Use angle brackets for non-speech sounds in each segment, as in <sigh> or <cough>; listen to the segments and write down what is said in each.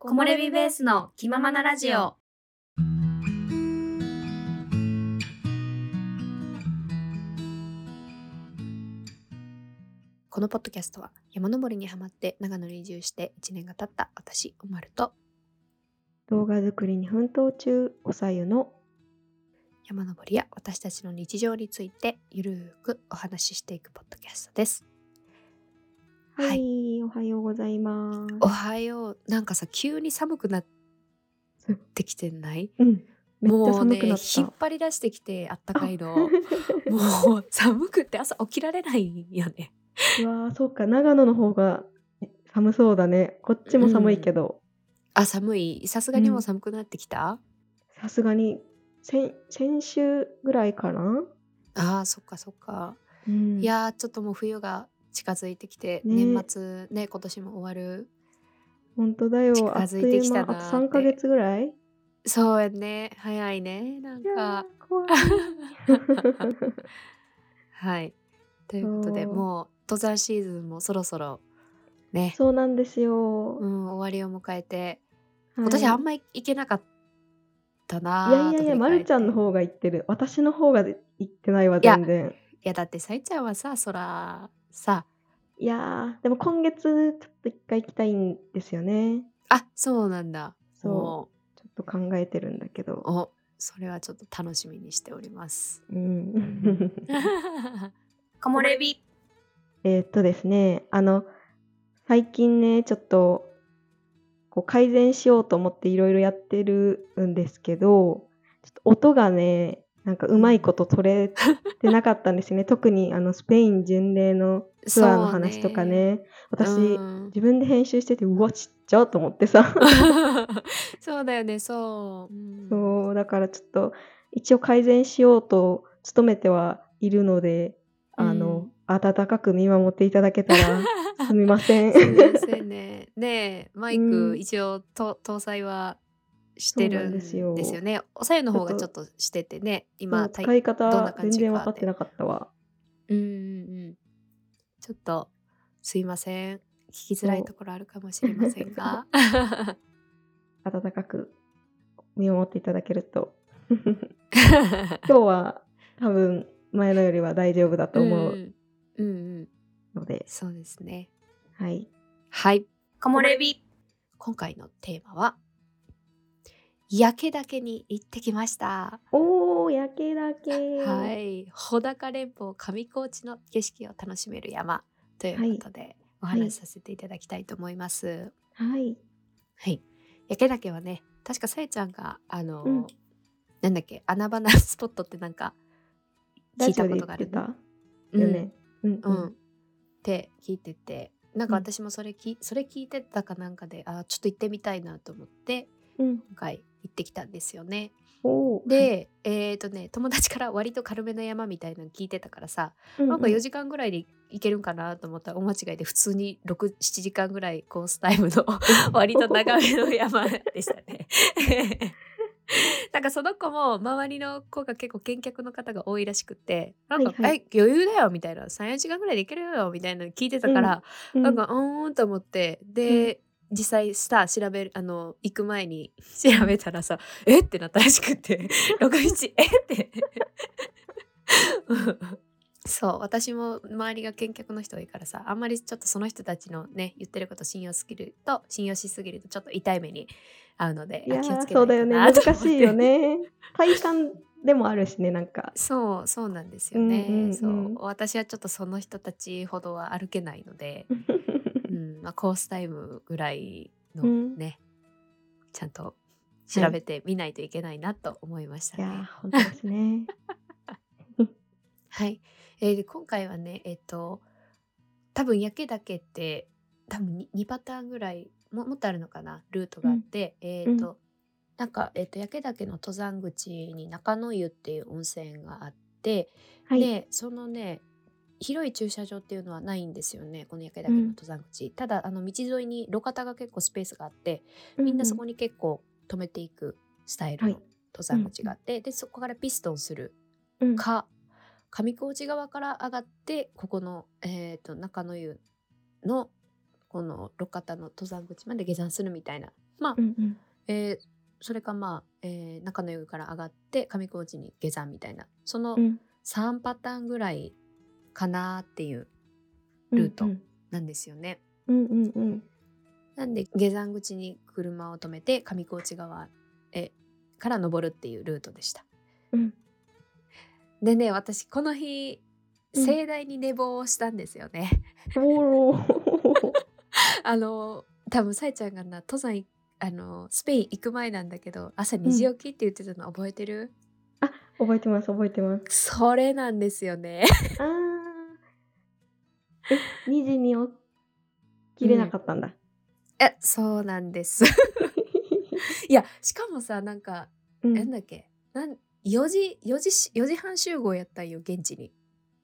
木漏れ日ベースの気ままなラジオ。このポッドキャストは山登りにはまって長野に移住して1年が経った私、おまると動画作りに奮闘中おさゆの山登りや私たちの日常についてゆるーくお話ししていくポッドキャストです。ははいい、おはようございますおはよう。なんかさ、急に寒くなってきてないうんめっちゃもう寒くね、な引っ、った張り出してきてあったかいの。もう寒くって朝起きられないよね。 <laughs> うわーそうか長野の方が寒そうだねこっちも寒いけどあ、寒い。さすがにもう寒くなってきた、さすがに先先週ぐらいかな、ああ、そっかそっか。うんいやーちょっともう冬が近づいてきて、ね年末ね今年も終わる本当だよ近あっとづいていきう間たあなーとって3ヶ月ぐらいそうやね早いねなんいやかー <laughs> 怖いはいということでそうもう登山シーズンもそろそろねそうなんですよ、う、ん、終わりを迎えて、はい私あんまり行けなかったないやいやいや、ままるちゃんの方が言ってる。私の方が言ってないわ、いや全然。いやだってさいちゃんはさそらさいやー、でも今月、ちょっと一回行きたいんですよね。あそうなんだそもう。ちょっと考えてるんだけうど。おそれはちょっと楽しみにしておりますうん。 <laughs> 木漏れ日。えーっとですね、あの、最近ね、ちょっと、こう改善しようと思っていろいろやってるんですけど、ちょっと音がね、なんかうまいこと取れてなかったんです <laughs> ね。特にあのスペイン巡礼のツアーの話とかね。私、うん <laughs> 自分で編集しててうわちっちゃと思ってさそうだよね、そう。うんそうだからちょっと一応改善しようと努めてはいるのであの、温かく見守っていただけ <laughs> たらすみませんすみませんね。ねえ、マイうクん一応と搭載はしてそうるなんんでですすよよね。おさゆの方がちちょょっっとしててね、そ今 <laughs> う使いどんな方感全じ然分かってい。なかったわうんうんうん。ちょっとすいません。聞きづらいところあるかもしれませんが。温かく見守っていただけると今日は多分前のよりは大丈夫だと思ううんうん、うんうん、ので、そうですね。はいはい。木漏れ日。今回のテーマは、焼けだけに行ってきました。おー焼けだけはい、穂高連峰上高地の景色を楽しめる山ということで、お話しさせていただきたいと思います。はい、はい焼岳はね、確かさえちゃんがあの、うんなんだっけ穴場なスポットってなんか聞ラいジたオこでと言があっるてたようんね、うんうん、って聞いてて、なんかうん私もそれき、それ聞いてたかなんかで、あーちょっと行ってみたいなと思ってうん今回行ってきたんですよね。おー、で、えっ、とね友達から割と軽めの山みたいなの聞いてたからさ、はいなんかうんう4ん時間ぐらいで行けるんかなと思ったら、お間違いで普通に67時間ぐらいコースタイム <laughs> の割と長めの山でしたね。なんかその子も周りの子が結構見客の方が多いらしくてなんか「はいはいえ余裕だよ」みたいな「34時間ぐらいで行けるよ」みたいなの聞いてたから、うんなんかうーんと思ってで、実際スター調べるあの行く前に <laughs> 調べたらさ「えっ?」てなったらしく <laughs> って「61えっ?」て。うんそう私も周りが見客の人多いからさあんまりちょっとその人たちのね言ってること信用すぎると信用しすぎるとちょっと痛い目に遭うのでいやあ気をつーけなそういとだよねなと思って難しいよね <laughs> 体感でもあるしねなんかそうそうなんですよね、うんうんうんそう私はちょっとその人たちほどは歩けないの <laughs> で、うんまあ、コースタイムぐらいのうんね、ちゃんと調べてみないといけないなと思いましたいね。はいやー、本当ですねえーで今回はねえっ、と多分焼けだけって多分 2, パターンぐらいももっとあるのかなルートがあって、えっ、と、なんか、えっと焼岳の登山口に中野湯っていう温泉があって、はいでそのね広い駐車場っていうのはないんですよねこの焼岳の登山口、ただあの道沿いに路肩が結構スペースがあって <laughs> みんなそこにに結構止めていくスタイルのはい登山口があって、でそこからピストンするか上高地側から上がってここの、えー、と中野湯のこの路肩の登山口まで下山するみたいなまあ、うんうんえーそれかまあ、えー中野湯から上がって上高地に下山みたいなそのうん3パターンぐらいかなっていうルートうんなんですよね。うんうんうんなんで下山口に車を止めて上高地側へから登るっていうルートでした。うんでね私この日うん盛大に寝坊をしたんですよね。おー <laughs> <laughs> あの多分さえちゃんがな登山いあのスペイン行く前なんだけど朝2時起きって言ってたの覚えてる、覚えてます覚えてますそれなんですよね。あーえ2時に起きれなかったんだ、えそうなんです。いやしかもさなんかうんなんだっけなん4時4時し4時半集合やったんよ現地に。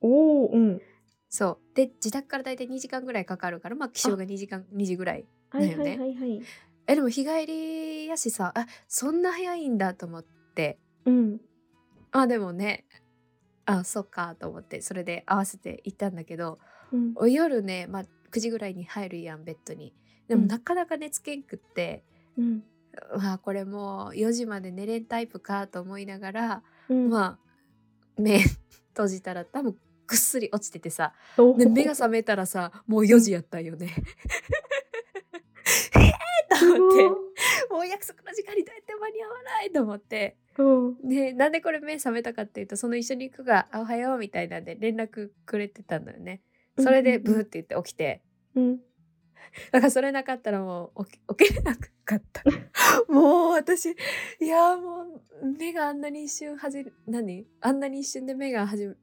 おおうんそうで自宅から大体2時間ぐらいかかるからまあ起床が2時間2時ぐらいはだいよはねいはいはい、えでも日帰りやしさあそんな早いんだと思ってうんまあでもねあそっかと思ってそれで合わせて行ったんだけどうんお夜ね、まあ、9時ぐらいに入るやんベッドにでうもんなかなか寝つけんくって、うんまあこれもう4時まで寝れんタイプかと思いながら、うんまあ目 <laughs> 閉じたら多分ぐっすり落ちてて <laughs> さおでー目が覚めたらさもう4時やったんよね。 <laughs> えーと思ってすもう約束の時間にどうやって間に合わないと思ってごいで <laughs> なんでこれ目覚めたかっていうとその一緒に行くが「あおはよう」みたいなんで連絡くれてたんだよね。それでブーって言って起きてうんだからそれなかったらもう起き <laughs> 起きれなかった <laughs> もう私いやーもう目があんなに一瞬はじ何あんなに一瞬で目がはじあ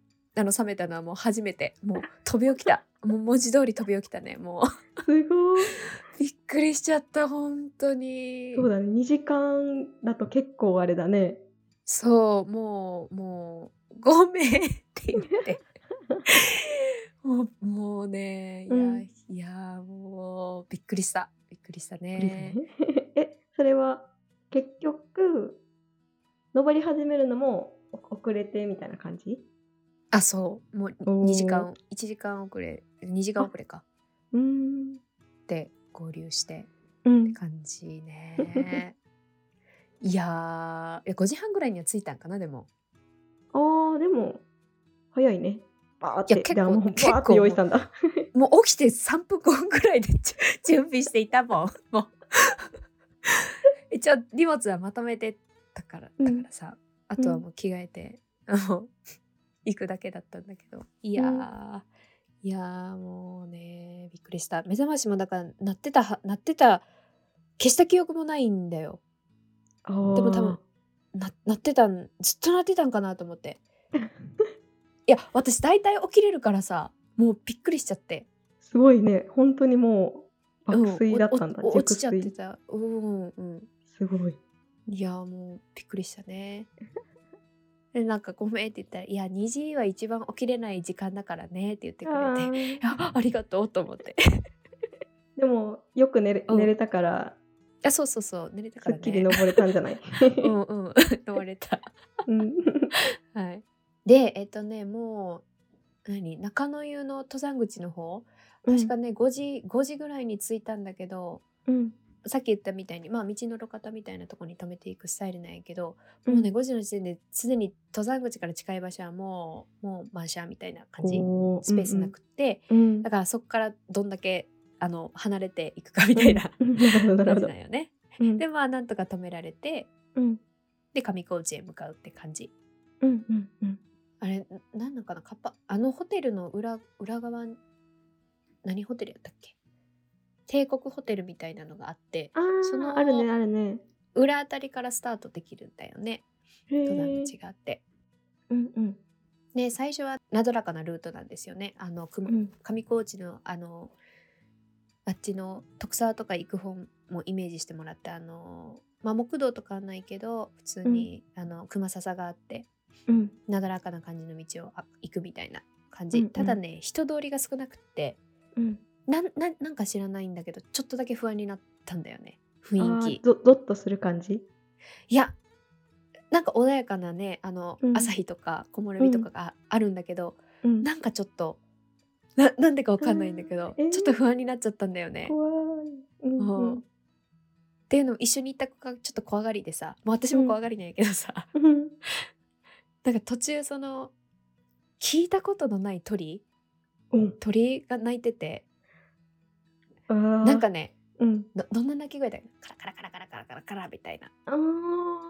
の覚めたのはもう初めてもう飛び起きたもう文字通り飛び起きたねもすごいう <laughs> びっくりしちゃった本当にそうだね2時間だと結構あれだねそう、もう、もう、ごめんって言 <laughs> って。もう、もうね、いや、うんいや、もう、びっくりした。びっくりしたね。 <laughs> えそれは結局登り始めるのもお遅れてみたいな感じあ、そう、もうおー2時間、1時間遅れ、2時間遅れか。うーんで、合流してうん感じね。いやー、5時半ぐらいには着いたんかな、でも。あーでも早いねバーっていや結構じゃあもうバ結構ーって用意したんだもう起きて3分後ぐらいでちゅ準備していたもん。 <laughs> もう一応荷物はまとめてたからうんだからさ、あとはもう着替えて、もう行くだけだったんだけどいやー、いやーもうねびっくりした目覚ましもだから鳴ってたは鳴ってた消した記憶もないんだよで <laughs> もでも多分な鳴ってたんずっと鳴ってたんかなと思って <laughs> いや私大体起きれるからさもうびっくりしちゃってすごいね本当にもううん爆睡だったんだ、おお落熟ちちゃって睡たうんうんすごいいやもうびっくりしたね <laughs> でなんか「ごめん」って言ったら「いや2時は一番起きれない時間だからね」って言ってくあれてーあありがとうと思って <laughs> でもよく寝れうん寝れたからあそうそうそう寝れたすからっきりね登れたんじゃない、 <laughs> うんうん登れた <laughs> うん、はいでえっとねもう何中野湯の登山口の方確かね、5時5時ぐらいに着いたんだけどうんさっき言ったみたいにまあ道の路肩みたいなとこに止めていくスタイルなんやけど、うんもうね5時の時点ですでに登山口から近い場所はもうもう満車みたいな感じおスペースなくって、うんうんだからそこからどんだけあの離れていくかみたいなうん <laughs> なるほどなる感ほじどなんよね。うんでまあなんとか止められてうんで上高地へ向かうって感じ。うんうんうんあれなんなのかなカッパあのホテルの裏裏側に何ホテルやったっけ帝国ホテルみたいなのがあってあそのああるねあるね裏あたりからスタートできるんだよねへ登山え口があって。うんうんで最初はなだらかなルートなんですよねあの熊うん上高地のあのあっちの徳沢とか行く方もイメージしてもらってあの、まあ、木道とかはないけど普通に、あの熊笹があってうんなだらかな感じの道をあ行くみたいな感うんじうんただね人通りが少なくってうんなんなんなんか知らないんだけどちょっとだけ不安になったんだよねあ雰囲ー気ゾゾッとする感じいやなんか穏やかなねあの、うん朝日とか木漏れ日とかがあるんだけど、うんなんかちょっとななんでかわかんないんだけど、うんえーちょっと不安になっちゃったんだよね。怖いうんううんんっていうのも一緒に行った子がちょっと怖がりでさもう私も怖がりなんやけどさ、 <laughs> うんなんか途中その聞いたことのない鳥うん鳥が鳴いててあーなんかねうんどどんな鳴き声だっけカラカラカラカラカラカラカラみたいな、あ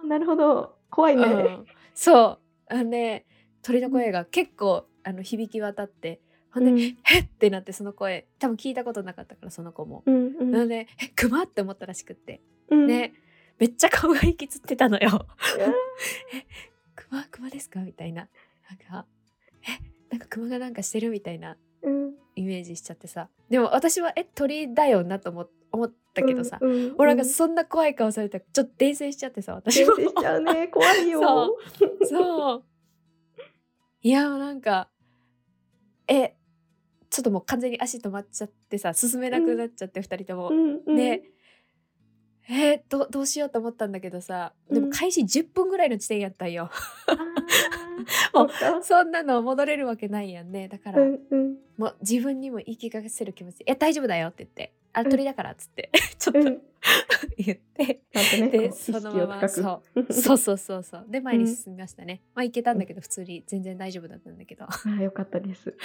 ーなるほど怖いね、うんそうあのね鳥の声が結構あの響き渡ってほんで、うんへっってなってその声多分聞いたことなかったからその子も、うんうんなのでえクマって思ったらしくってうんね、めっちゃ顔が引きつってたのよ <laughs> えクマクマですかみたいななんかえなんかクマがなんかしてるみたいなうんイメージしちゃってさでも私はえ鳥だよなと思思ったけどさ、うんうん俺うがんそんな怖い顔されたらちょっと泥酔しちゃってさ私訂も正しちゃうね怖いよそうそういやなんかえちょっともう完全に足止まっちゃってさ進めなくなっちゃって2人とも、んうんでえー、どどうしようと思ったんだけどさでうもん開始10分ぐらいの地点やったんよ <laughs> あーそっかそんなの戻れるわけないやんねだから、うんうんもう自分にも言い聞かせる気持ちで「いや大丈夫だよ」って言って「あうんれ鳥だから」っつって <laughs> ちょっうとんちゃん言って、とねこうで意識そのをまま高くそうう <laughs> そうそうそうそうで前に進みましたね、まあ行けたんだけど普通に全然大丈夫だったんだけど <laughs> あーよかったです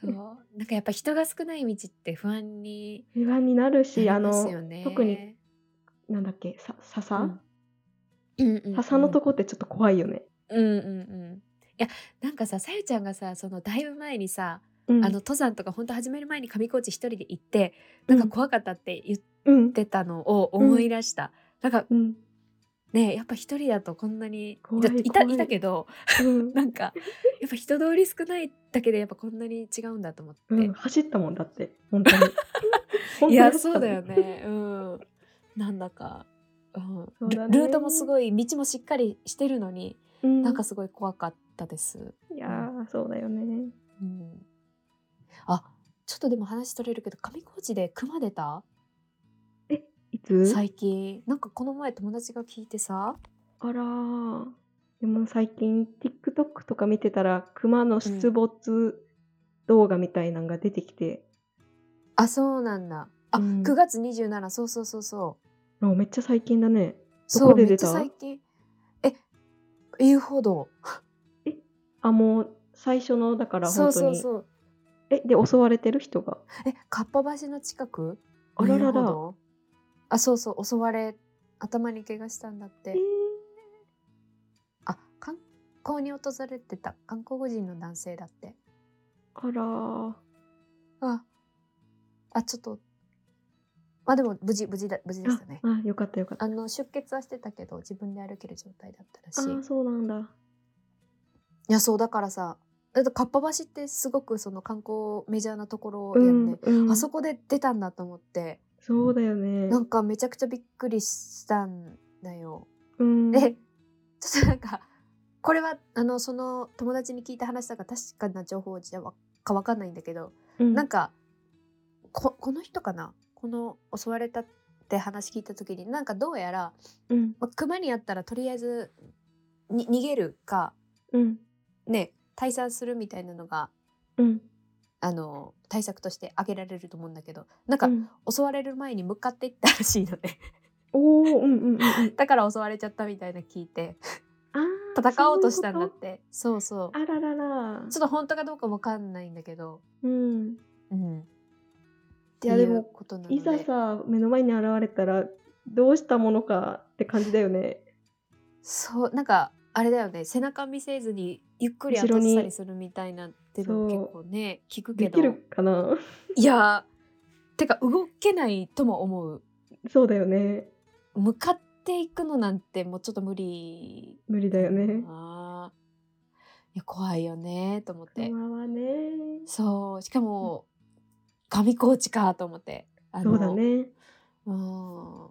そうなんかやっぱ人が少ない道って不安に不安になるしなありますのよね特になんだっけさ笹、うんうんうんうん笹のとこってちょっと怖いよね、うんうんうんいやなんかささゆちゃんがさそのだいぶ前にさ、うん、あの登山とか本当始める前に上高地一人で行ってなんか怖かったって言っうんてたのを思い出した、なんかうんねやっぱ一人だとこんなに怖いいた怖いいたけど <laughs> うんなんかやっぱ人通り少ないだけでやっぱこんなに違うんだと思って、うん、走ったもんだって <laughs> 本当に本当いにや走っそうたもんだよねうんなんだか、うんそうだねルルートもすごい道もしっかりしてるのに、うんなんかすごい怖かったです、いやーそうだよねうん、あちょっとでも話取れるけど上高地で熊出たいつ最近なんかこの前友達が聞いてさあらーでも最近 TikTok とか見てたら熊の出没動画みたいなのが出てきて、あそうなんだあ、うん9月27そうそうそうそうあめっちゃ最近だねそどこうでめ出っちたゃ最近え遊歩道あもう最初のだからそ本う当そうにそうえで襲われてる人がえかっぱ橋の近くあらら遊歩ら道あそうそう襲われ頭に怪我したんだってえーあ観光に訪れてた韓国人の男性だってあらーああちょっとまあでも無事無事だ無事でしたねああよかったよかったあの出血はしてたけど自分で歩ける状態だったらあしいーそうなんだいやそうだからさだってかっぱ橋ってすごくその観光メジャーなところうやんんね、うんあそこで出たんだと思ってそうだよねなんかめちゃくちゃびっくりしたんだよ <laughs> うんでちょっとなんかこれはあのその友達に聞いた話だから確かな情報じゃわかわかんないんだけど、うんなんかここの人かなこの襲われたって話聞いた時になんかどうやら、うんまあ、熊にあったらとりあえずに逃げるかうんね退散するみたいなのがうんあの対策として挙げられると思うんだけどなんうかん襲われる前に向かっていったらしいのでおーうんうんうんうんだから襲われちゃったみたいな聞いてあー戦おうとしたんだ <laughs> そっいこてそうそうとあらららちょっと本当かどうかわかんないんだけど、うんうん、いやでもことなのでいざさ目の前に現れたらどうしたものかって感じだよねそうなんかあれだよね背中見せずにゆっくり後後ろずにさりするみたいなっていうのそう結構ね聞くけでどきるかないやーてか動けないとも思うそうだよね向かっていくのなんてもうちょっと無理無理だよねあいや怖いよねと思って熊はねそうしかも上高地かと思ってあそうだねうん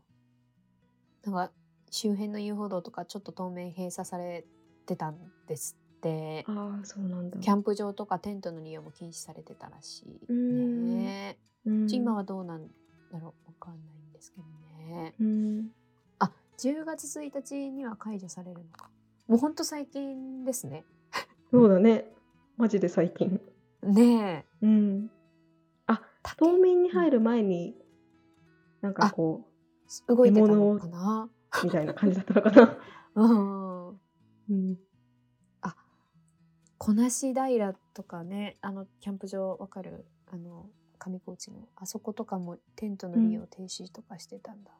なんか周辺の遊歩道とかちょっと当面閉鎖されてたんですってああそうなんだキャンプ場とかテントの利用も禁止されてたらしういーんねうんちょ今はどうなんだろうわかんないんですけどねうんあ10月1日には解除されるのかもうほんと最近ですねそうだねマジで最近ねえうん竹冬眠に入る前になんかこう動いてたのかな。みたいな感じだったのかな。うん。 <laughs> うん、こなし平とかね、あの、キャンプ場わかるあの、上高地の。あそことかもテントの利用停止とかしてたんだ。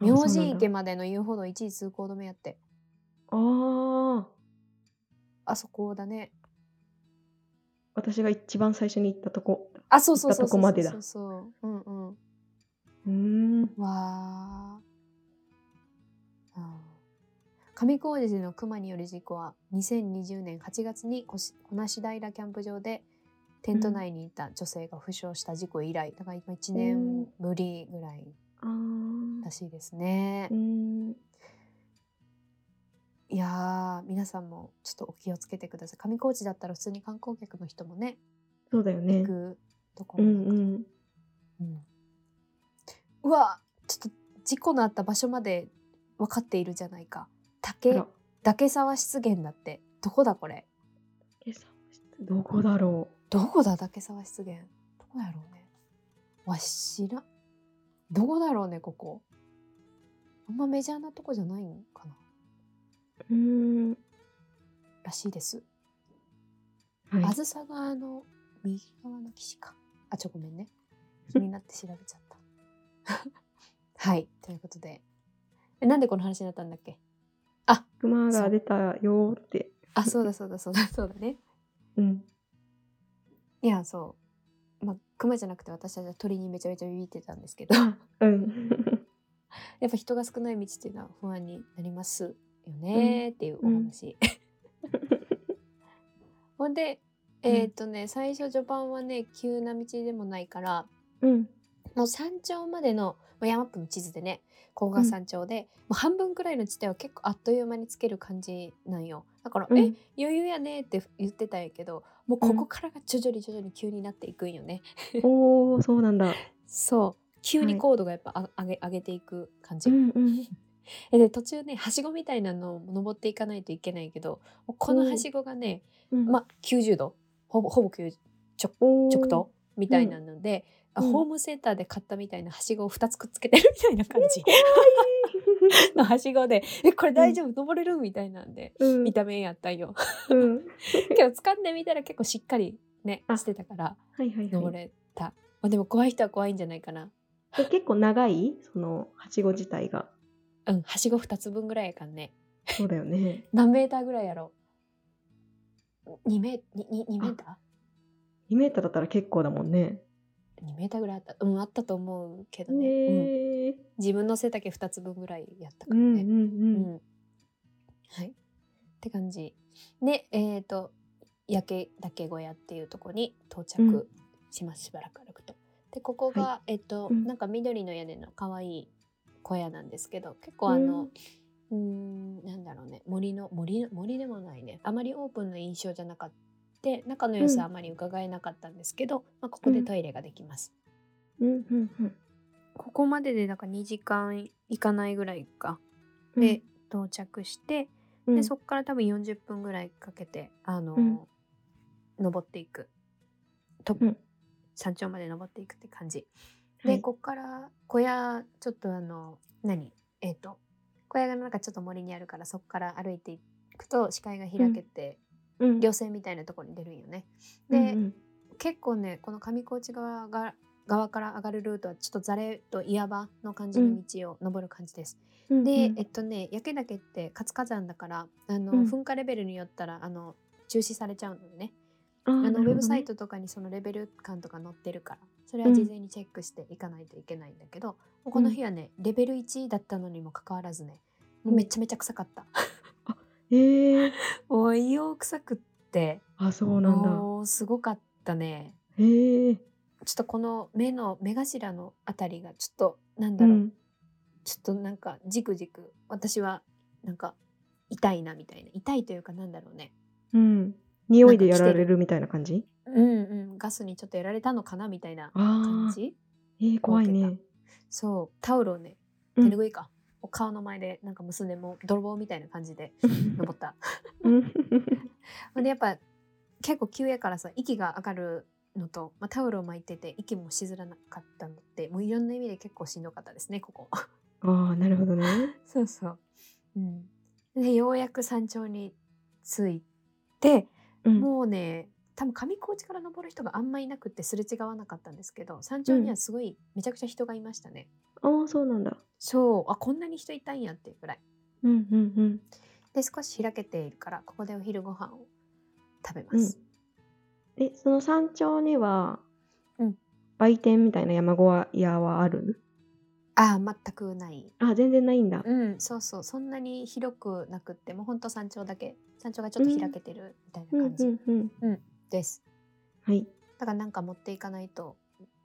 明神池までの遊歩道一時通行止めやって。ああ、あそこだね。私が一番最初に行ったとこ。あ、そうそうそうそう。行ったとこまでだそうそうそう。うんうん。うーん。わーあー上高地の熊による事故は2020年8月にこし小梨平キャンプ場でテント内にいた女性が負傷した事故以来、だから今1年ぶりぐらいあらあ。しいですねうー、ん。いやー皆さんもちょっとお気をつけてください上高地だったら普通に観光客の人もねそうだよね行。くとこうろだんからうん。うんうわちょっと事故のあった場所まで分かっているじゃないかあ竹ら、岳沢湿原だってどこだこれ今朝どこだろどこだ竹沢湿原どこやろうねわしらんどこだろうねここあんまメジャーなとこじゃないんかなう。うーん。らしいです、はい。あずさ川の右側の岸かあちょごめんね気になって調べちゃった <laughs> はいということでえなんでこの話になったんだっけ熊が出たよーって。あそうだそうだそうだそうだねうん。 <laughs> いやそうまあ熊じゃなくて私たちは鳥にめちゃめちゃビビってたんですけ <laughs> どうん。やっぱ人が少ない道っていうのは不安になりますよねーっていうお話。 <laughs> ほんで、うんえーっとね、最初序盤はね、急な道でもないから、うん。もう山頂までの、まあ、山っぷの地図でね、甲賀山頂で、もう半分くらいの地点は結構あっという間につける感じなんよ。だから、うんえ、余裕やねーって言ってたんやけど、もうここからが徐々に徐々に急になっていくんよね。おお、そうなんだ。そう。急はにい高度がやっぱあ上げ上げていく感じ。うんうん。えで途中ねはしごみたいなのを登っていかないといけないけどもうこのはしごがね、うん、まあ、90度ほぼほぼ90おー直頭みたいなので、あうんホームセンターで買ったみたいなはしごを2つくっつけてるみたいな感 <laughs> じ <laughs> のはしごで「えこれ大丈夫登れる?」みたいなんでうん、見た目やったんよ。 <laughs> うん。けど掴んでみたら結構しっかりねあしてたからはいはいは登い。れた、まあ、でも怖い人は怖いんじゃないかな。え結構長いその、はしご自体が。うん、はしご2つ分ぐらいやかんねそうだよね。何メーターぐらいやろう2メにに2メーター2メーターだったら結構だもんね。 2メーターぐらいあったうんあったと思うけどね、うん、ねえ。自分の背丈2つ分ぐらいやったかうらんうね、んうんはいって感じでえっ、と焼け岳小屋っていうとこに到うん着します、しばらく歩くとでここが、はえっ、と、うんなんか緑の屋根の可愛い小屋なんですけど結構あのうーんなんだろうね森の森の森でもないねあまりオープンな印象じゃなかった中の様子はあまり伺えなかったんですけど、まあ、ここでトイレができます、うん。うんうんうんここまででなんか2時間いかないぐらいかうん。で到着して、うん、でそこから多分40分ぐらいかけてあのー、うん登っていくと、うん山頂まで登っていくって感じ、はいでこっから小屋ちょっとあの何えっ、と小屋がなんかちょっと森にあるからそこから歩いていくと視界が開けて、うん、稜線みたいなところに出るんよねうで、んうん結構ねこの上高地側が側から上がるルートはちょっとざれと岩場の感じの道を登る感じです。うんうんで、えっとね焼岳って活火山だからあの、うん噴火レベルによったらあの中止されちゃうのでねあーあなるのほウどェブサイねトとかにそのレベル感とか載ってるからそれは事前にチェックしていかないといけないんだけど、もうこの日はねレベル1だったのにもかかわらずねもうめちゃめちゃ臭かった。ええー。おいよ臭くってあ、そうなんだ。もうすごかったね。ええー。ちょっとこの目の目頭のあたりがちょっとなんうだろう、ん。ちょっとなんかじくじく私はなんか痛いなみたいな痛いというかなんだろうねうん。匂いでやられるみたいな感じうんうんガスにちょっとやられたのかなみたいな感ああ。じえー、怖いこうね受。そうタオルをねうん手拭いか、お顔の前でなんか結んでもう泥棒みたいな感じで登 <laughs> ったうんでやっぱ結構急やからさ息が上がるのと、まあ、タオルを巻いてて息もしづらなかったのでもういろんな意味で結構しんどかったですねここ <laughs> あああ、なるほどね。そうそう。うん、でようやく山頂に着いて、うん、もうね多分上高地から登る人があんまいなくてすれ違わなかったんですけど山頂にはすごいめちゃくちゃ人がいましたね。ああ、そうなんだ。そうあこんなに人いたんやっていうくらい。うんうんうん。で少し開けているからここでお昼ご飯を食べます。え、その山頂には、うん売店みたいな山小屋はあるああ全くない。あ、全然ないんだ。うんそうそうそんなに広くなくってもうほんと山頂だけ山頂がちょっと開けてるみたいなうん感うじんうん。です。はい、だからなんか持っていかないと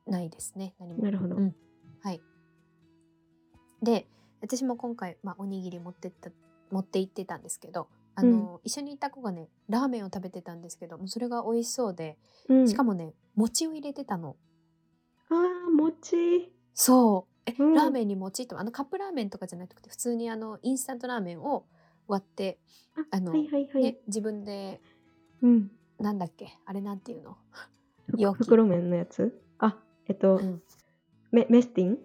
ないですね何もなるほど。うんはい。で、私も今回、まあ、おにぎり持ってった、持って行ってたんですけど、あの、一緒にいた子がね、ラーメンを食べてたんですけど、もうそれが美味しそうで、うん、しかもね、餅を入れてたの。ああ、餅。そう。え、うんラーメンに餅とか、あのカップラーメンとかじゃなくて、普通にあの、インスタントラーメンを割って、ああのはいはいはい。ね、自分で、うん。なんだっけ、あれなんていうのふ容器袋麺のやつあ、えっと、うんメメスティン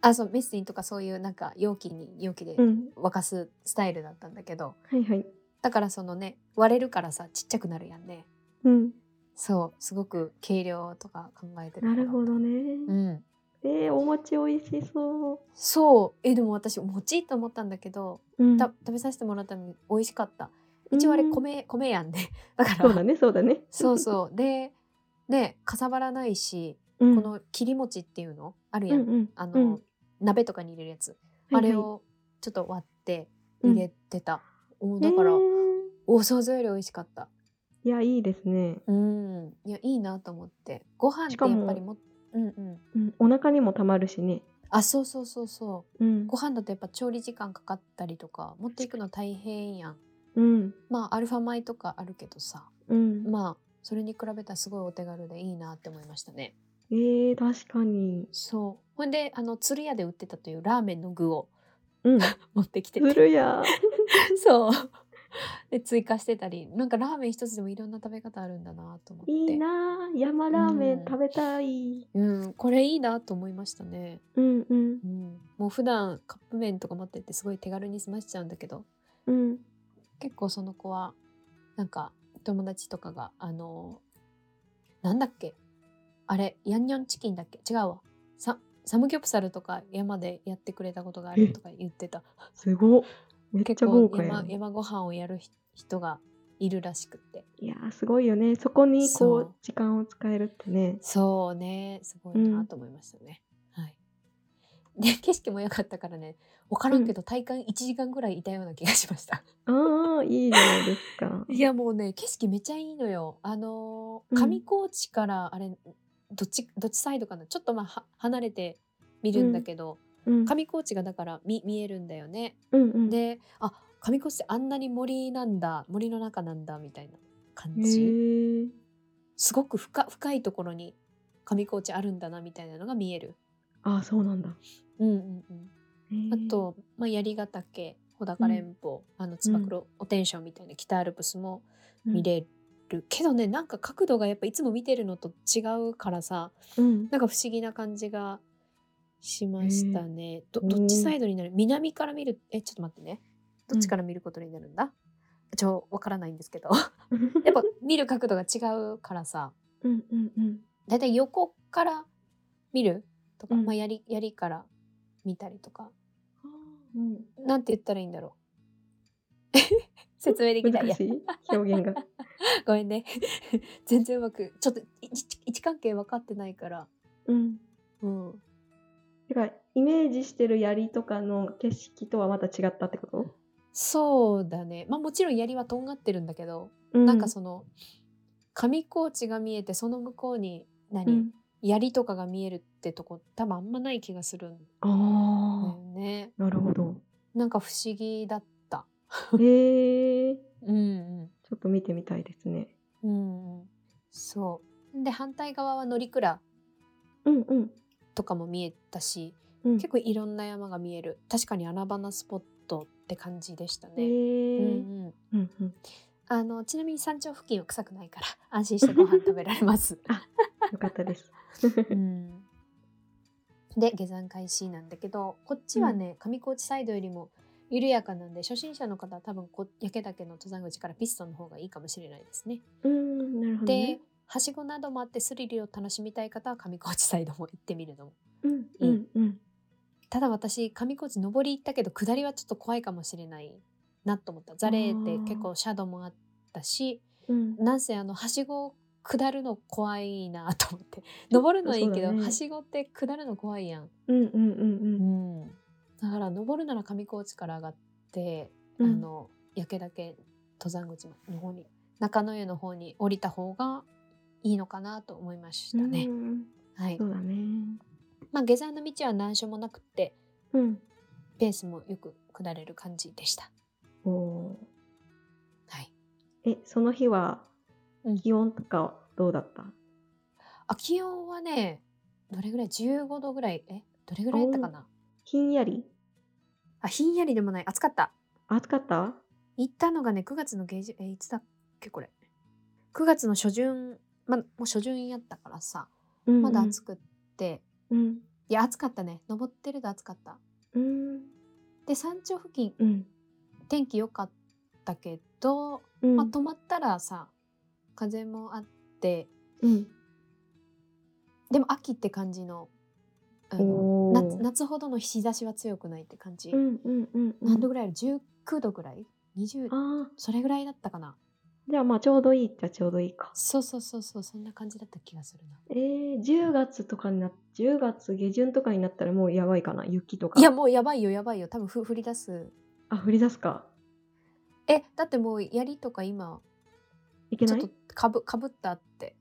あ、そう、メスティンとかそういうなんか容器に容器でうん。沸かすスタイルだったんだけど、はいはい。だからそのね割れるからさちっちゃくなるやんねうん。そうすごく計量とか考えてたなるほどね。うんえー、お餅美味しそそうえでも私餅と思ったんだけど、う。うんた食べさせてもらったのに美味しかった一応あれうん米、米やんねだからそうだね、そうだね。そうそうでねかさばらないし、うんこの切り餅っていうのあるやん、うんうんあの、うん鍋とかに入れるやつ、はいはいあれをちょっと割って入れてた、おだから、えーお想像より美味しかったいや、いいですね。うん、いやいいなと思ってご飯ってやっぱりもうんうんうん、お腹にもたまるしね。あそうそうそうそううん。ご飯だとやっぱ調理時間かかったりとか持っていくの大変やんうん。まあアルファ米とかあるけどさうん。まあそれに比べたらすごいお手軽でいいなって思いましたねえー、確かに。そうほんであの鶴屋で売ってたというラーメンの具を <laughs> うん。持ってきてずて <laughs> るや。そうで追加してたりなんかラーメン一つでもいろんな食べ方あるんだなと思っていいなー。山ラーメうンん食べたい。うんこれいいなと思いましたねうんうん。うん、もう普段カップ麺とか持ってってすごい手軽に済ましちゃうんだけどうん。結構その子はなんか友達とかがあのなんだっけあれヤンニョンチキンだっけ違うわササムギョプサルとか山でやってくれたことがあるとか言ってたすごっ。めっち結ゃ構豪華や山ん。い山ご飯をやるひ人がいるらしくってやー、すごいよね。そこにこそうう、時間を使えるってね。そうねすごいなと思いましたね、はいで景色も良かったからね分からんけど体感1時間ぐらいいたような気がしましたああ、いいじゃないですか。いやもうね景色めちゃいいのよ。あのーうん上高地からあれどっちどっちサイドかなちょっとまあは離れて見るんだけど、うん。上高地がだから見見えるんだよね。うんうん。であ上高地ってあんなに森なんだ森の中なんだみたいな感へじ、ーすごく深深いところに上高地あるんだなみたいなのが見える。ああ、そうなんだ。うんうんうん、へーあ、と、まあ、槍ヶ岳穂高連峰、あのつば九郎お天章みたいな北アルプスもうん見。れるけどねなんか角度がやっぱいつも見てるのと違うからさうん。なんか不思議な感じがしましたね。どどっうちんサイドになる南から見るえちょっと待ってねどっちから見ることになるんだ、ちょわからないんですけど <laughs> やっぱ見る角度が違うからさうんうんうん。だいたい横から見るとか、うんまあ、槍槍から見たりとかあーうんなんて言ったらいいんだろう <laughs> 説明できない難やしい表現が。ごめんね <laughs> 全然うまくちょっと位置位置関係分かってないからうん。うんてか、イメージしてる槍とかの景色とはまた違ったってこと、そうだねまあもちろん槍はとんがってるんだけど、うん、なんかその上高地が見えてその向こうにう何、ん、槍とかが見えるってとこ多分あんまない気がするんだあよねあ、なるほ <laughs> ど。なんか不思議だったへえー、ちうんうんょっと見てみたいですね。うんうんそうで反対側は乗鞍うんうん。とかも見えたしうん、結構いろんな山が見える確かに穴場なスポットって感じでしたへえね、うーんうん、うんうん。あのちなみに山頂付近は臭くないから <laughs> <laughs> 安心してご飯食べられます、よかったです。うん、で下山開始なんだけどこっちはね、上高地サイドよりも緩やかなんで初心者の方は多分こ焼岳の登山口からピストンの方がいいかもしれないですね。うん、なるほど、でね。はしごなどもあってスリルを楽しみたい方は上高地サイドも行ってみるのもうん、うん、うん。ただ私上高地上り行ったけど下りはちょっと怖いかもしれないなと思ったザレーって結構シャドウもあったしうん、なんせあのはしご下るの怖いなと思って <laughs> 登るのはいいけそうど、だねはしごって下るの怖いやん、うん、うん、う、うんだから登るなら上高地から上がって、ん。あの焼岳登山口の方に中野湯の方に降りた方がいいのかなと思いましたね、うんはいそうだね。まあ、下山の道は難所もなくってうん。ペースもよく下れる感じでしたおーはいえ、その日はうん気温とかどうだった？あ気温はねどれぐらい15度ぐらいえどれぐらいだったかなひんやり？あひんやりでもない暑かった暑かった？行ったのがね9月の下旬えいつだっけこれ9月の初旬まもう初旬やったからさうんまだ暑くって、うん。いや暑かったね登ってると暑かったうん。で山頂付近うん。天気良かったけど、うん。まあ、泊まったらさ風もあってうん。でも秋って感じの、あのお夏ー夏ほどの日差しは強くないって感じ、うんうんうんうん。何度ぐらいある19度ぐらい20ああ、それぐらいだったかなじゃあまあちょうどいいっちゃちょうどいいか。そうそうそうそうそんな感じだった気がするなえー、10月とかになっ10月下旬とかになったらもうやばいかな雪とか。いやもうやばいよやばいよ多分ふ降り出すあ降り出すか。えだってもう槍とか今いけちょなっいと？かぶかぶったって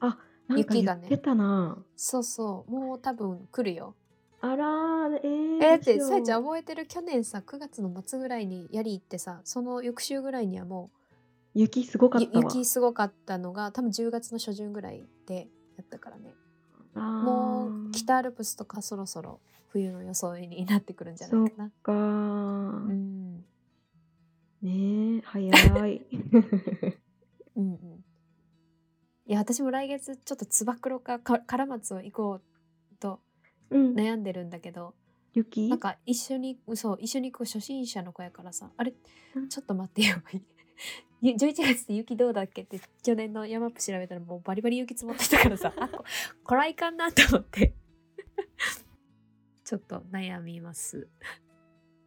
なんか雪言がっねてたな。そうそうもう多分来るよあらーえー、えーってどうしようさえちゃん覚えてる去年さ9月の末ぐらいに槍行ってさその翌週ぐらいにはも雪すごかうっゆたわ。雪すごかったのが多分10月の初旬ぐらいでやったからねももう北アルプスとかそろそろ冬の装いになってくるんじゃないかなかうーんねえ <laughs> 早いうんうんいや私も来月ちょっとつば九郎かか唐松を行こうとうん悩んでるんだけど雪なんか一緒にそう一緒に行く初心者の子やからさあれうんちょっと待ってよ <laughs> ゆ11月って雪どうだっけって去年の山アップ調べたらもうバリバリ雪積もってたから <laughs> さあここらいかんなと思って <laughs> ちょっと悩みます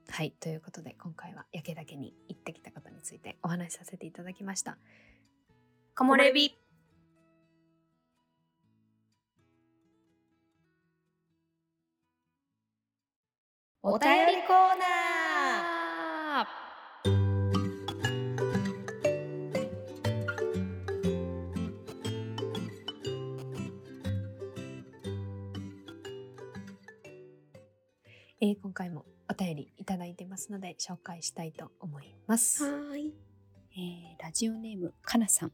はいということで今回は焼け岳に行ってきたことについてお話しさせていただきました木漏れ日。お便りコーナー。えー今回もお便りいただいてますので紹介したいと思いますーいえーラジオネームかなさん、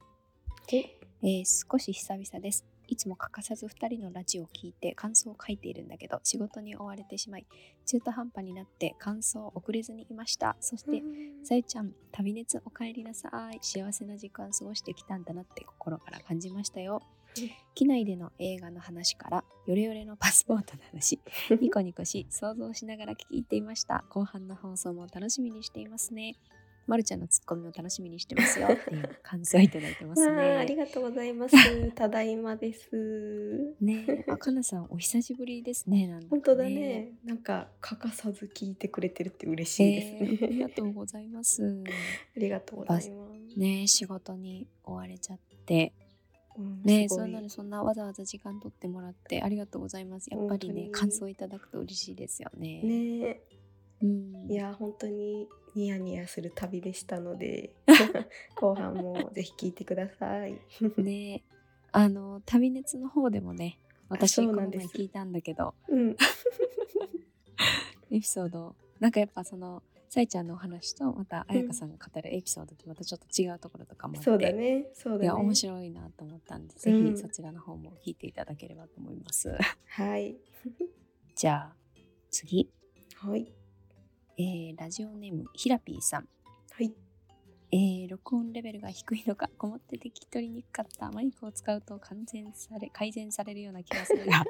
えー少し久々ですいつも欠かさず2人のラジオを聞いて感想を書いているんだけど仕事に追われてしまい中途半端になって感想を送れずにいましたそしてさゆちゃん旅熱おかえりなさい幸せな時間過ごしてきたんだなって心から感じました <laughs> よ機内での映画の話からヨレヨレのパスポートの <laughs> 話ニコニコし想像しながら聞いていました後半の放送も楽しみにしていますねまるちゃんのツッコミを楽しみにしてますよっていう感想をいただいてますねがとうございますただいまですねえ、あかなさんお久しぶりですね。なんかねなんか欠かさず聞いてくれてるって嬉えーありがとうございます。 <laughs> ありがとうございますねえ、仕事に追われちゃって、うんねえ、すごそいんなのそんなわざわざ時間取ってもらってありがとうございます。やっぱりね、本当に感想いただくと嬉しいですよね。ねうんい、や本当にニヤニヤする旅でした <laughs> ので後半もぜひ聞いてください。ねえ、あの旅熱の方でもね、私そこうの前なんです聞いたんだけど、うん、エピソード、なんかやっぱその。さえちゃんのお話とまた彩香さんが語るエピソードとまたちょっと違うところとかもあって、そうだねそうだね。いや面白いなと思ったんで、ぜうんひそちらの方も聞いていただければと思います。はいじゃあ次、はいえーラジオネームひらぴーさん、はい。えー録音レベルが低いのか、こもってて聞き取りにくかったマイクを使うと完全され改善されるような気がするが、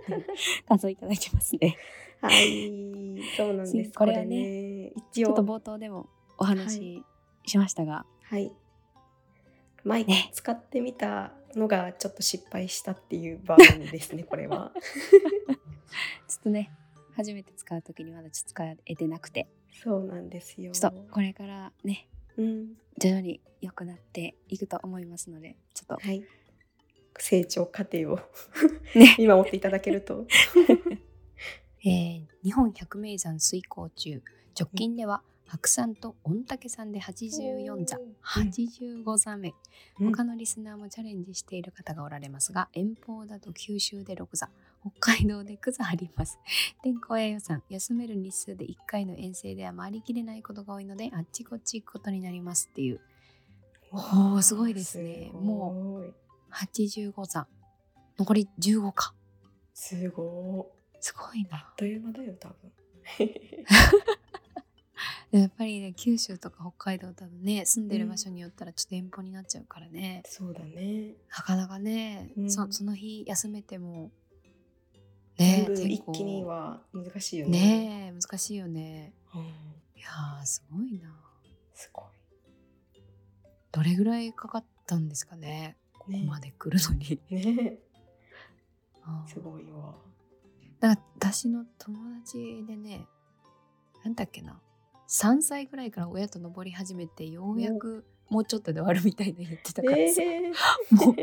感想いただいてますね。はい、そうな <laughs> んです。これはねね、ち一ょっと応冒頭でもお話ししましたが、はい。マイクね使ってみたのがちょっと失敗したっていう場面ですね、これは。ちょっとね、初めて使うときにまだちょっと使えてなくて、そうなんですよ。ちょっとこれからね、うん、徐々に良くなっていくと思いますので、ちょっとはい。成長過程をね見守っていただけると。えー日本百名山推行中直近では白山と御嶽山で84座85座目、うん他のリスナーもチャレンジしている方がおられますが遠方だと九州で6座北海道で9座あります <laughs> 天候や予算休める日数で1回の遠征では回りきれないことが多いのであっちこっち行くことになりますっていうおーすごいですねももう85座残り15かすごすごいい。あなっという間だよ、多 <laughs> 分。やっぱりね九州とか北海道多分ね住んでる場所によったらちょっと遠方になっちゃうからね、そうだね。なかなかね、うんそその日休めても全ね部天一候気には難しいよね。ねえ難しいよねうんいやーすごいなすごどれぐらいかかったんですかねここまで来るの <laughs> に、い。ね。あーすごいわ。なんか私の友達でねなんだっけな3歳ぐらいから親と登り始めてようやくもうちょっとで終わるみたいな言ってたからえさ、えもう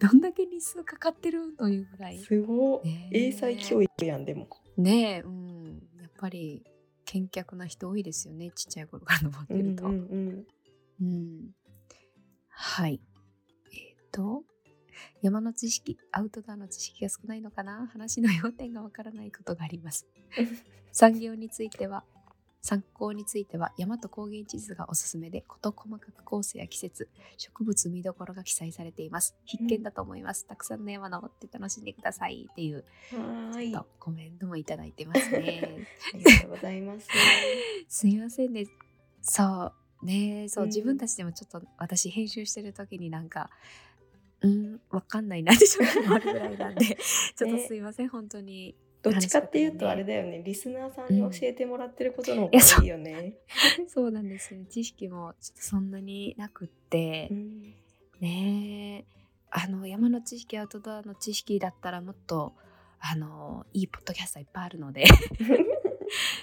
どんだけ日数かかってるというぐらいすごい。ねえ英才教育やんでも。ねえうんやっぱり健脚な人多いですよねちっちゃい頃から登ってると。うんうんうんはい。えっ、と、山の知識、アウトドアの知識が少ないのかな話の要点がわからないことがあり <laughs> ます。産業については、参考については山と高原地図がおすすめで、事細かくコースや季節、植物見どころが記載されています。必見だと思います。たくさんの山登って楽しんでくださいっていううん。はーい。ちょあっとコメントもいただいてますね。りがとうございます。 <laughs> すいませんね。そうね、そう、うん自分たちでもちょっと私編集してる時になんか。うん、わかんないなってちょっとあるぐらいなんで、 <laughs> ちょっとすいません、本当に。どっちかっていうとあれで。だよね。リスナーさんに教えてもらってることの方いやそがういいよね。そうなんですよ、ね。知識もちょっとそんなになくってう、んねえ。あの山の知識、アウトドアの知識だったら、もっと。あのいいポッドキャストいっぱいあるので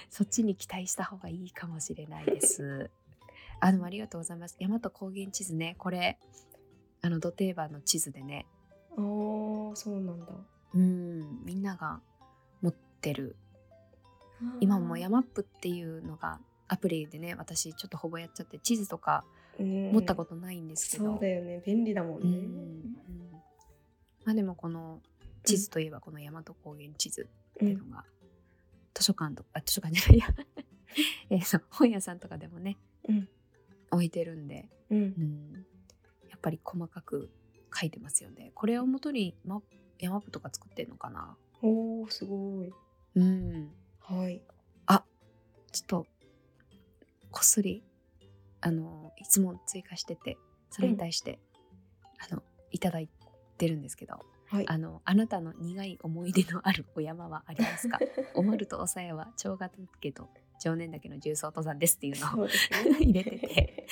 そっちに期待した方がいいかもしれないです。あのありがとうございます。山と高原地図ね、これあのド定番の地図でね、ああ、そうなんだ。うんみんなが持ってる。今もヤマップっていうのがアプリでね、私ちょっとほぼやっちゃって地図とか持持ったことないんですけど、そうだよね。便利だもうんんね。うんまあでもこの地図といえばこの大和高原地図っていうのが、図書館とかあ図書館じゃないや <laughs> えーそう本屋さんとかでもね、うん置いてるんで、うんう。んやっぱり細かく書いてますよねこれをもとにマ山マップとか作ってんのかなおお、すごい。うんはい。ちょっとこっそりあの質問追加しててそれに対して、あのいただいてるんですけどはい。あのあなたの苦い思い出のあるお山はあります <laughs> かおまるとおさやは長ヶ岳と常念岳の重曹登山ですっていうのをそうですね <laughs> 入れてて。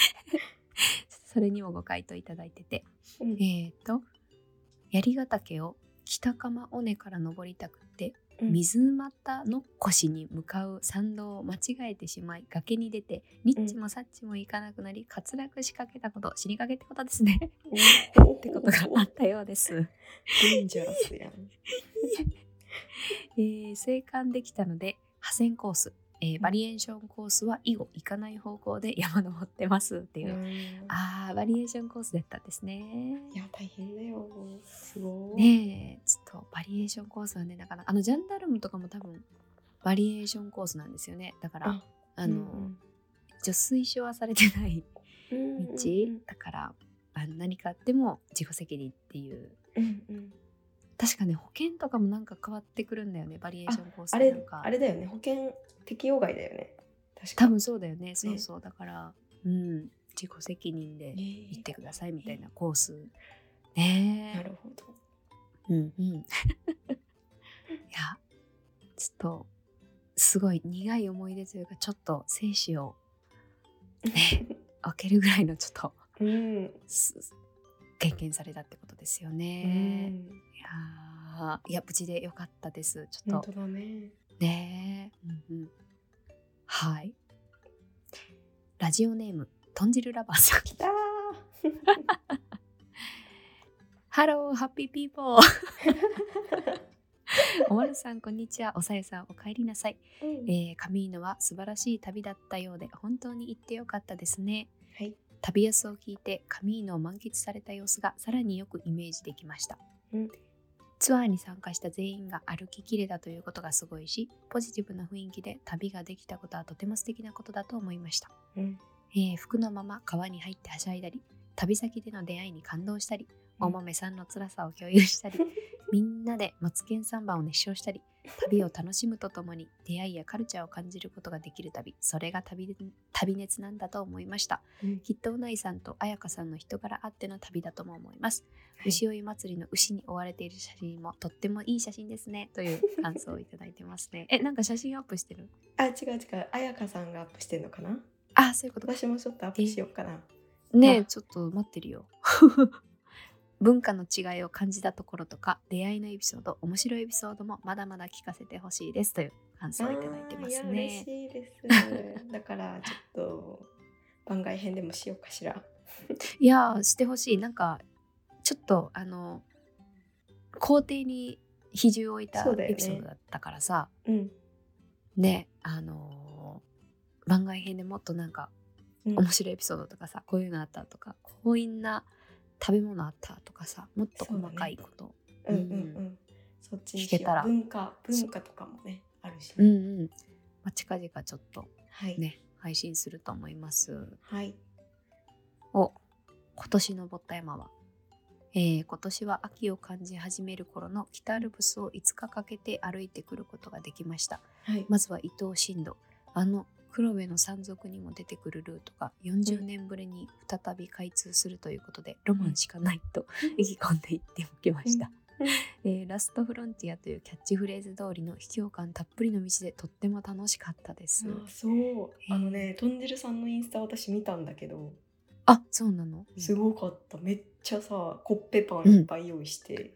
それにもご回答いただいてて <laughs> うんえっ、と槍ヶ岳を北釜尾根から登りたくてうん水俣の腰に向かう参道を間違えてしまい崖に出てニッチもサッチもいかなくなり滑落しかけたこと死にかけってことですね <laughs> おーってことがあったようです。デンジャラスやん。えー、生還できたので破線コース、えーバリエーションコースは以後行かない方向で山登ってますっていう、 <laughs> うんあーバリエーションコースだったんですねいや、大変だよ。すごい。ねえちょっとバリエーションコースはねなかなかあのジャンダルムとかも多分バリエーションコースなんですよねだからああの、一応推奨はされてないうん道、うん、うんだからあの何かあっても自己責任っていううんうん確かね保険とかもなんか変わってくるんだよねバリエーションコースあなれんか、あれだよね。保険適用外だよね。確か多分そうだよねそうそう、だからうん自己責任でね行ってくださいみたいなコースねえなるほど。うんうんいやちょっとすごい苦い思い出というかちょっと生死をね開けるぐらいのちょっとうん。す経験されたってことですようね。んいやーいや無事でよかったです。ちょ本っ当とだね。ね、うんうん、はいラジオネーム豚汁ラバーさん。 <laughs> あハローハッピーピーポー。 <laughs> おまるさんこんにちはおさえさんお帰りなさい、ーえー、カミーノは素晴らしい旅だったようで本当に行ってよかったですねはい。旅安を聞いてカミーノを満喫された様子がさらによくイメージできました、うんツアーに参加した全員が歩ききれたということがすごいしポジティブな雰囲気で旅ができたことはとても素敵なことだと思いました、うんえー服のまま川に入ってはしゃいだり旅先での出会いに感動したりうんお豆さんの辛さを共有した <laughs> りみんなでマツケンサンバを熱唱したり旅を楽しむとともに出会いやカルチャーを感じることができる旅それが旅で旅熱なんだと思いましたうんきっとうないさんと彩香さんの人柄あっての旅だとも思います、はい牛追い祭りの牛に追われている写真もとってもいい写真ですねと <laughs> いう感想をいただいてますねえなんか写真アップしてるあ、違う違う。彩香さんがアップしてんのかな。あそういうことか私もちょっとアップしようかな。ねえあちょっと待ってるよ <laughs> 文化の違いを感じたところとか出会いのエピソード面白いエピソードもまだまだ聞かせてほしいですという感想をいただいてますあーいや嬉ねしいです。 <laughs> だからちょっと番外編でもしようかしら。いやーしてほしいなんかちょっとあの校庭に比重を置いたそうだよねエピソードだったからさうん。ねあのー番外編でもっとなんかうん面白いエピソードとかさ、こういうのあったとかこういんな食べ物あったとかさもっと細かいことう,、うんうんうん。そっちにし聞けよたらう。文化文化とかもねあるし。んうん、まあ、近々ちょっとはい。ね配信すると思いますはい。お今年のぼった山は、えー今年は秋を感じ始める頃の北アルプスを5日かけて歩いてくることができましたはい。まずは伊東新道あの黒部の山賊にも出てくるルートが40年ぶりに再び開通するということで、ロマンしかないと意気込んでいっておきました、えーラストフロンティアというキャッチフレーズ通りの秘境感たっぷりの道でとっても楽しかったです、あそうあのね豚汁さんのインスタ私見たんだけどあそうなのすごかっためっちゃさコッペパンいっぱい用意して、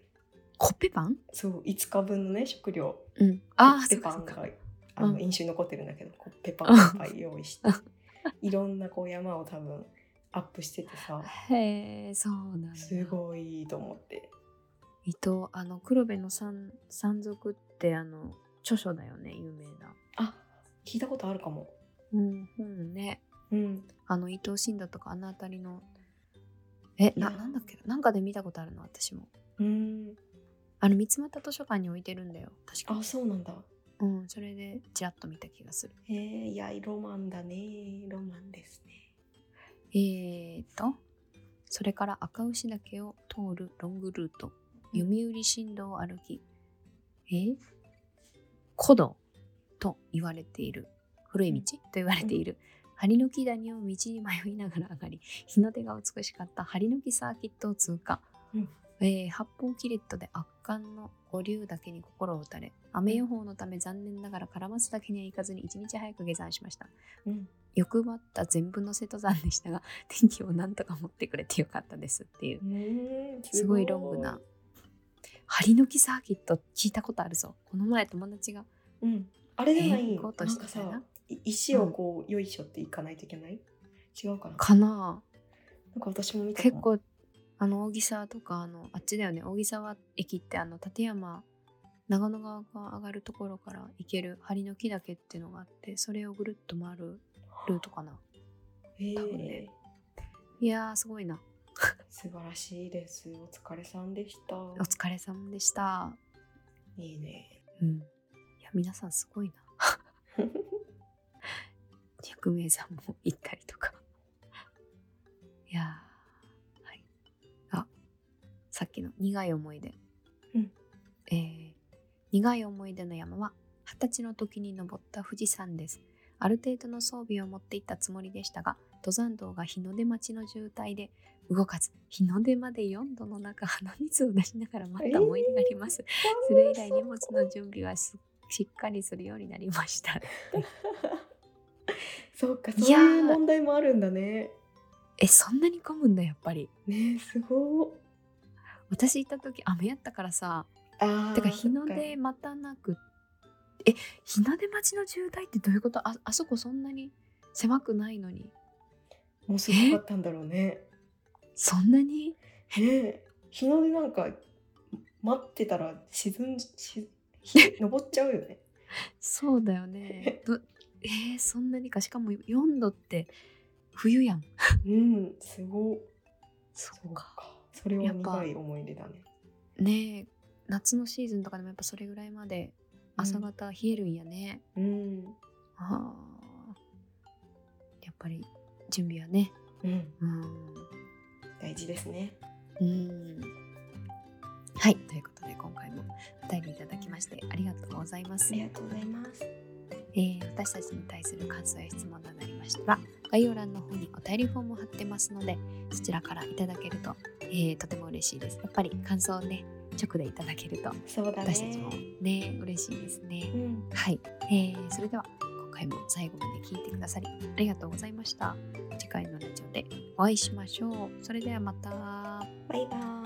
コッペパンそう5日分のね食料うんコあッーそペうかパそうンかがあうのん印象に残ってるんだけど、コッペパンいっぱい用意して <laughs> いろんなこう山を多分アップしててさへえそうなんだすごいと思って伊藤あの黒部の山山賊ってあの著書だよね有名なあ聞いたことあるかもうん本ねうんあの伊藤新道とかあの辺りのえないやなんだっけななんかで見たことあるの私もうんあの三俣図書館に置いてるんだよ確かあそうなんだうんそれでちらっと見た気がするえー、いやロマンだねロマンですねえー、とそれから赤牛岳を通るロングルート読売新道を歩きえー古道と言われている古い道と言われている針の木谷を道に迷いながら上がり日の出が美しかった針の木サーキットを通過、うんえー八方キレットで圧巻の五竜岳に心を打たれ雨予報のため残念ながらカラマツ岳には行かずに一日早く下山しましたうん欲張った全部の瀬戸山でしたが天気をなんとか持ってくれてよかったですっていううんすごいロングな針の木サーキット聞いたことあるぞこの前友達がうんあれじゃない、えー行こうとなんしてかたよなさい石をこう、よいしょっていかないといけない違うかなかななんか私も見たかも結構あの大木沢とかあのあっちだよね大木沢駅ってあの立山長野川が上がるところから行ける針の木岳っていうのがあってそれをぐるっと回るルートかなえー多分ねいやーすごいな素晴らしいですお疲れさんでしたお疲れ様でしたいいねうんいや皆さんすごいな <laughs> 百名山も行ったりとか。いやー、はい。あ、さっきの苦い思い出。うんえー苦い思い出の山は、二十歳の時に登った富士山です。ある程度の装備を持っていったつもりでしたが登山道が日の出待ちの渋滞で動かず日の出まで4度の中鼻水を出しながら待った思い出があります、それ以来荷物の準備はすしっかりするようになりましたそうかいそうやーいう問題もあるんだね <laughs> えそんなに混むんだやっぱりねえすごっ私行った時雨やったからさあーてか日のそっ出か待たなくえ日の出待ちの渋滞ってどういうことああそこそんなに狭くないのにもうすごかったんだろうねそんなにねえ日の出なんか待ってたら沈んし日登っちゃうよねそうだよ <laughs> ねどえーそんなにかしかも4度って冬やんうんすごっそそうかそれはやっぱ苦い思い出だねねえ夏のシーズンとかでもやっぱそれぐらいまで朝方冷えるんやね、うんあーやっぱり準備はねうんうん大事ですねうんはいということで今回もお便りいただきましてありがとうございますありがとうございますえー私たちに対する感想や質問などありましたら概要欄の方にお便りフォームを貼ってますのでそちらからいただけると、えーとても嬉しいですやっぱり感想をね直でいただけるとそうだね私たちもね嬉しいですねうんはい、えーそれでは今回も最後まで聞いてくださりありがとうございました次回のラジオでお会いしましょうそれではまたバイバーイ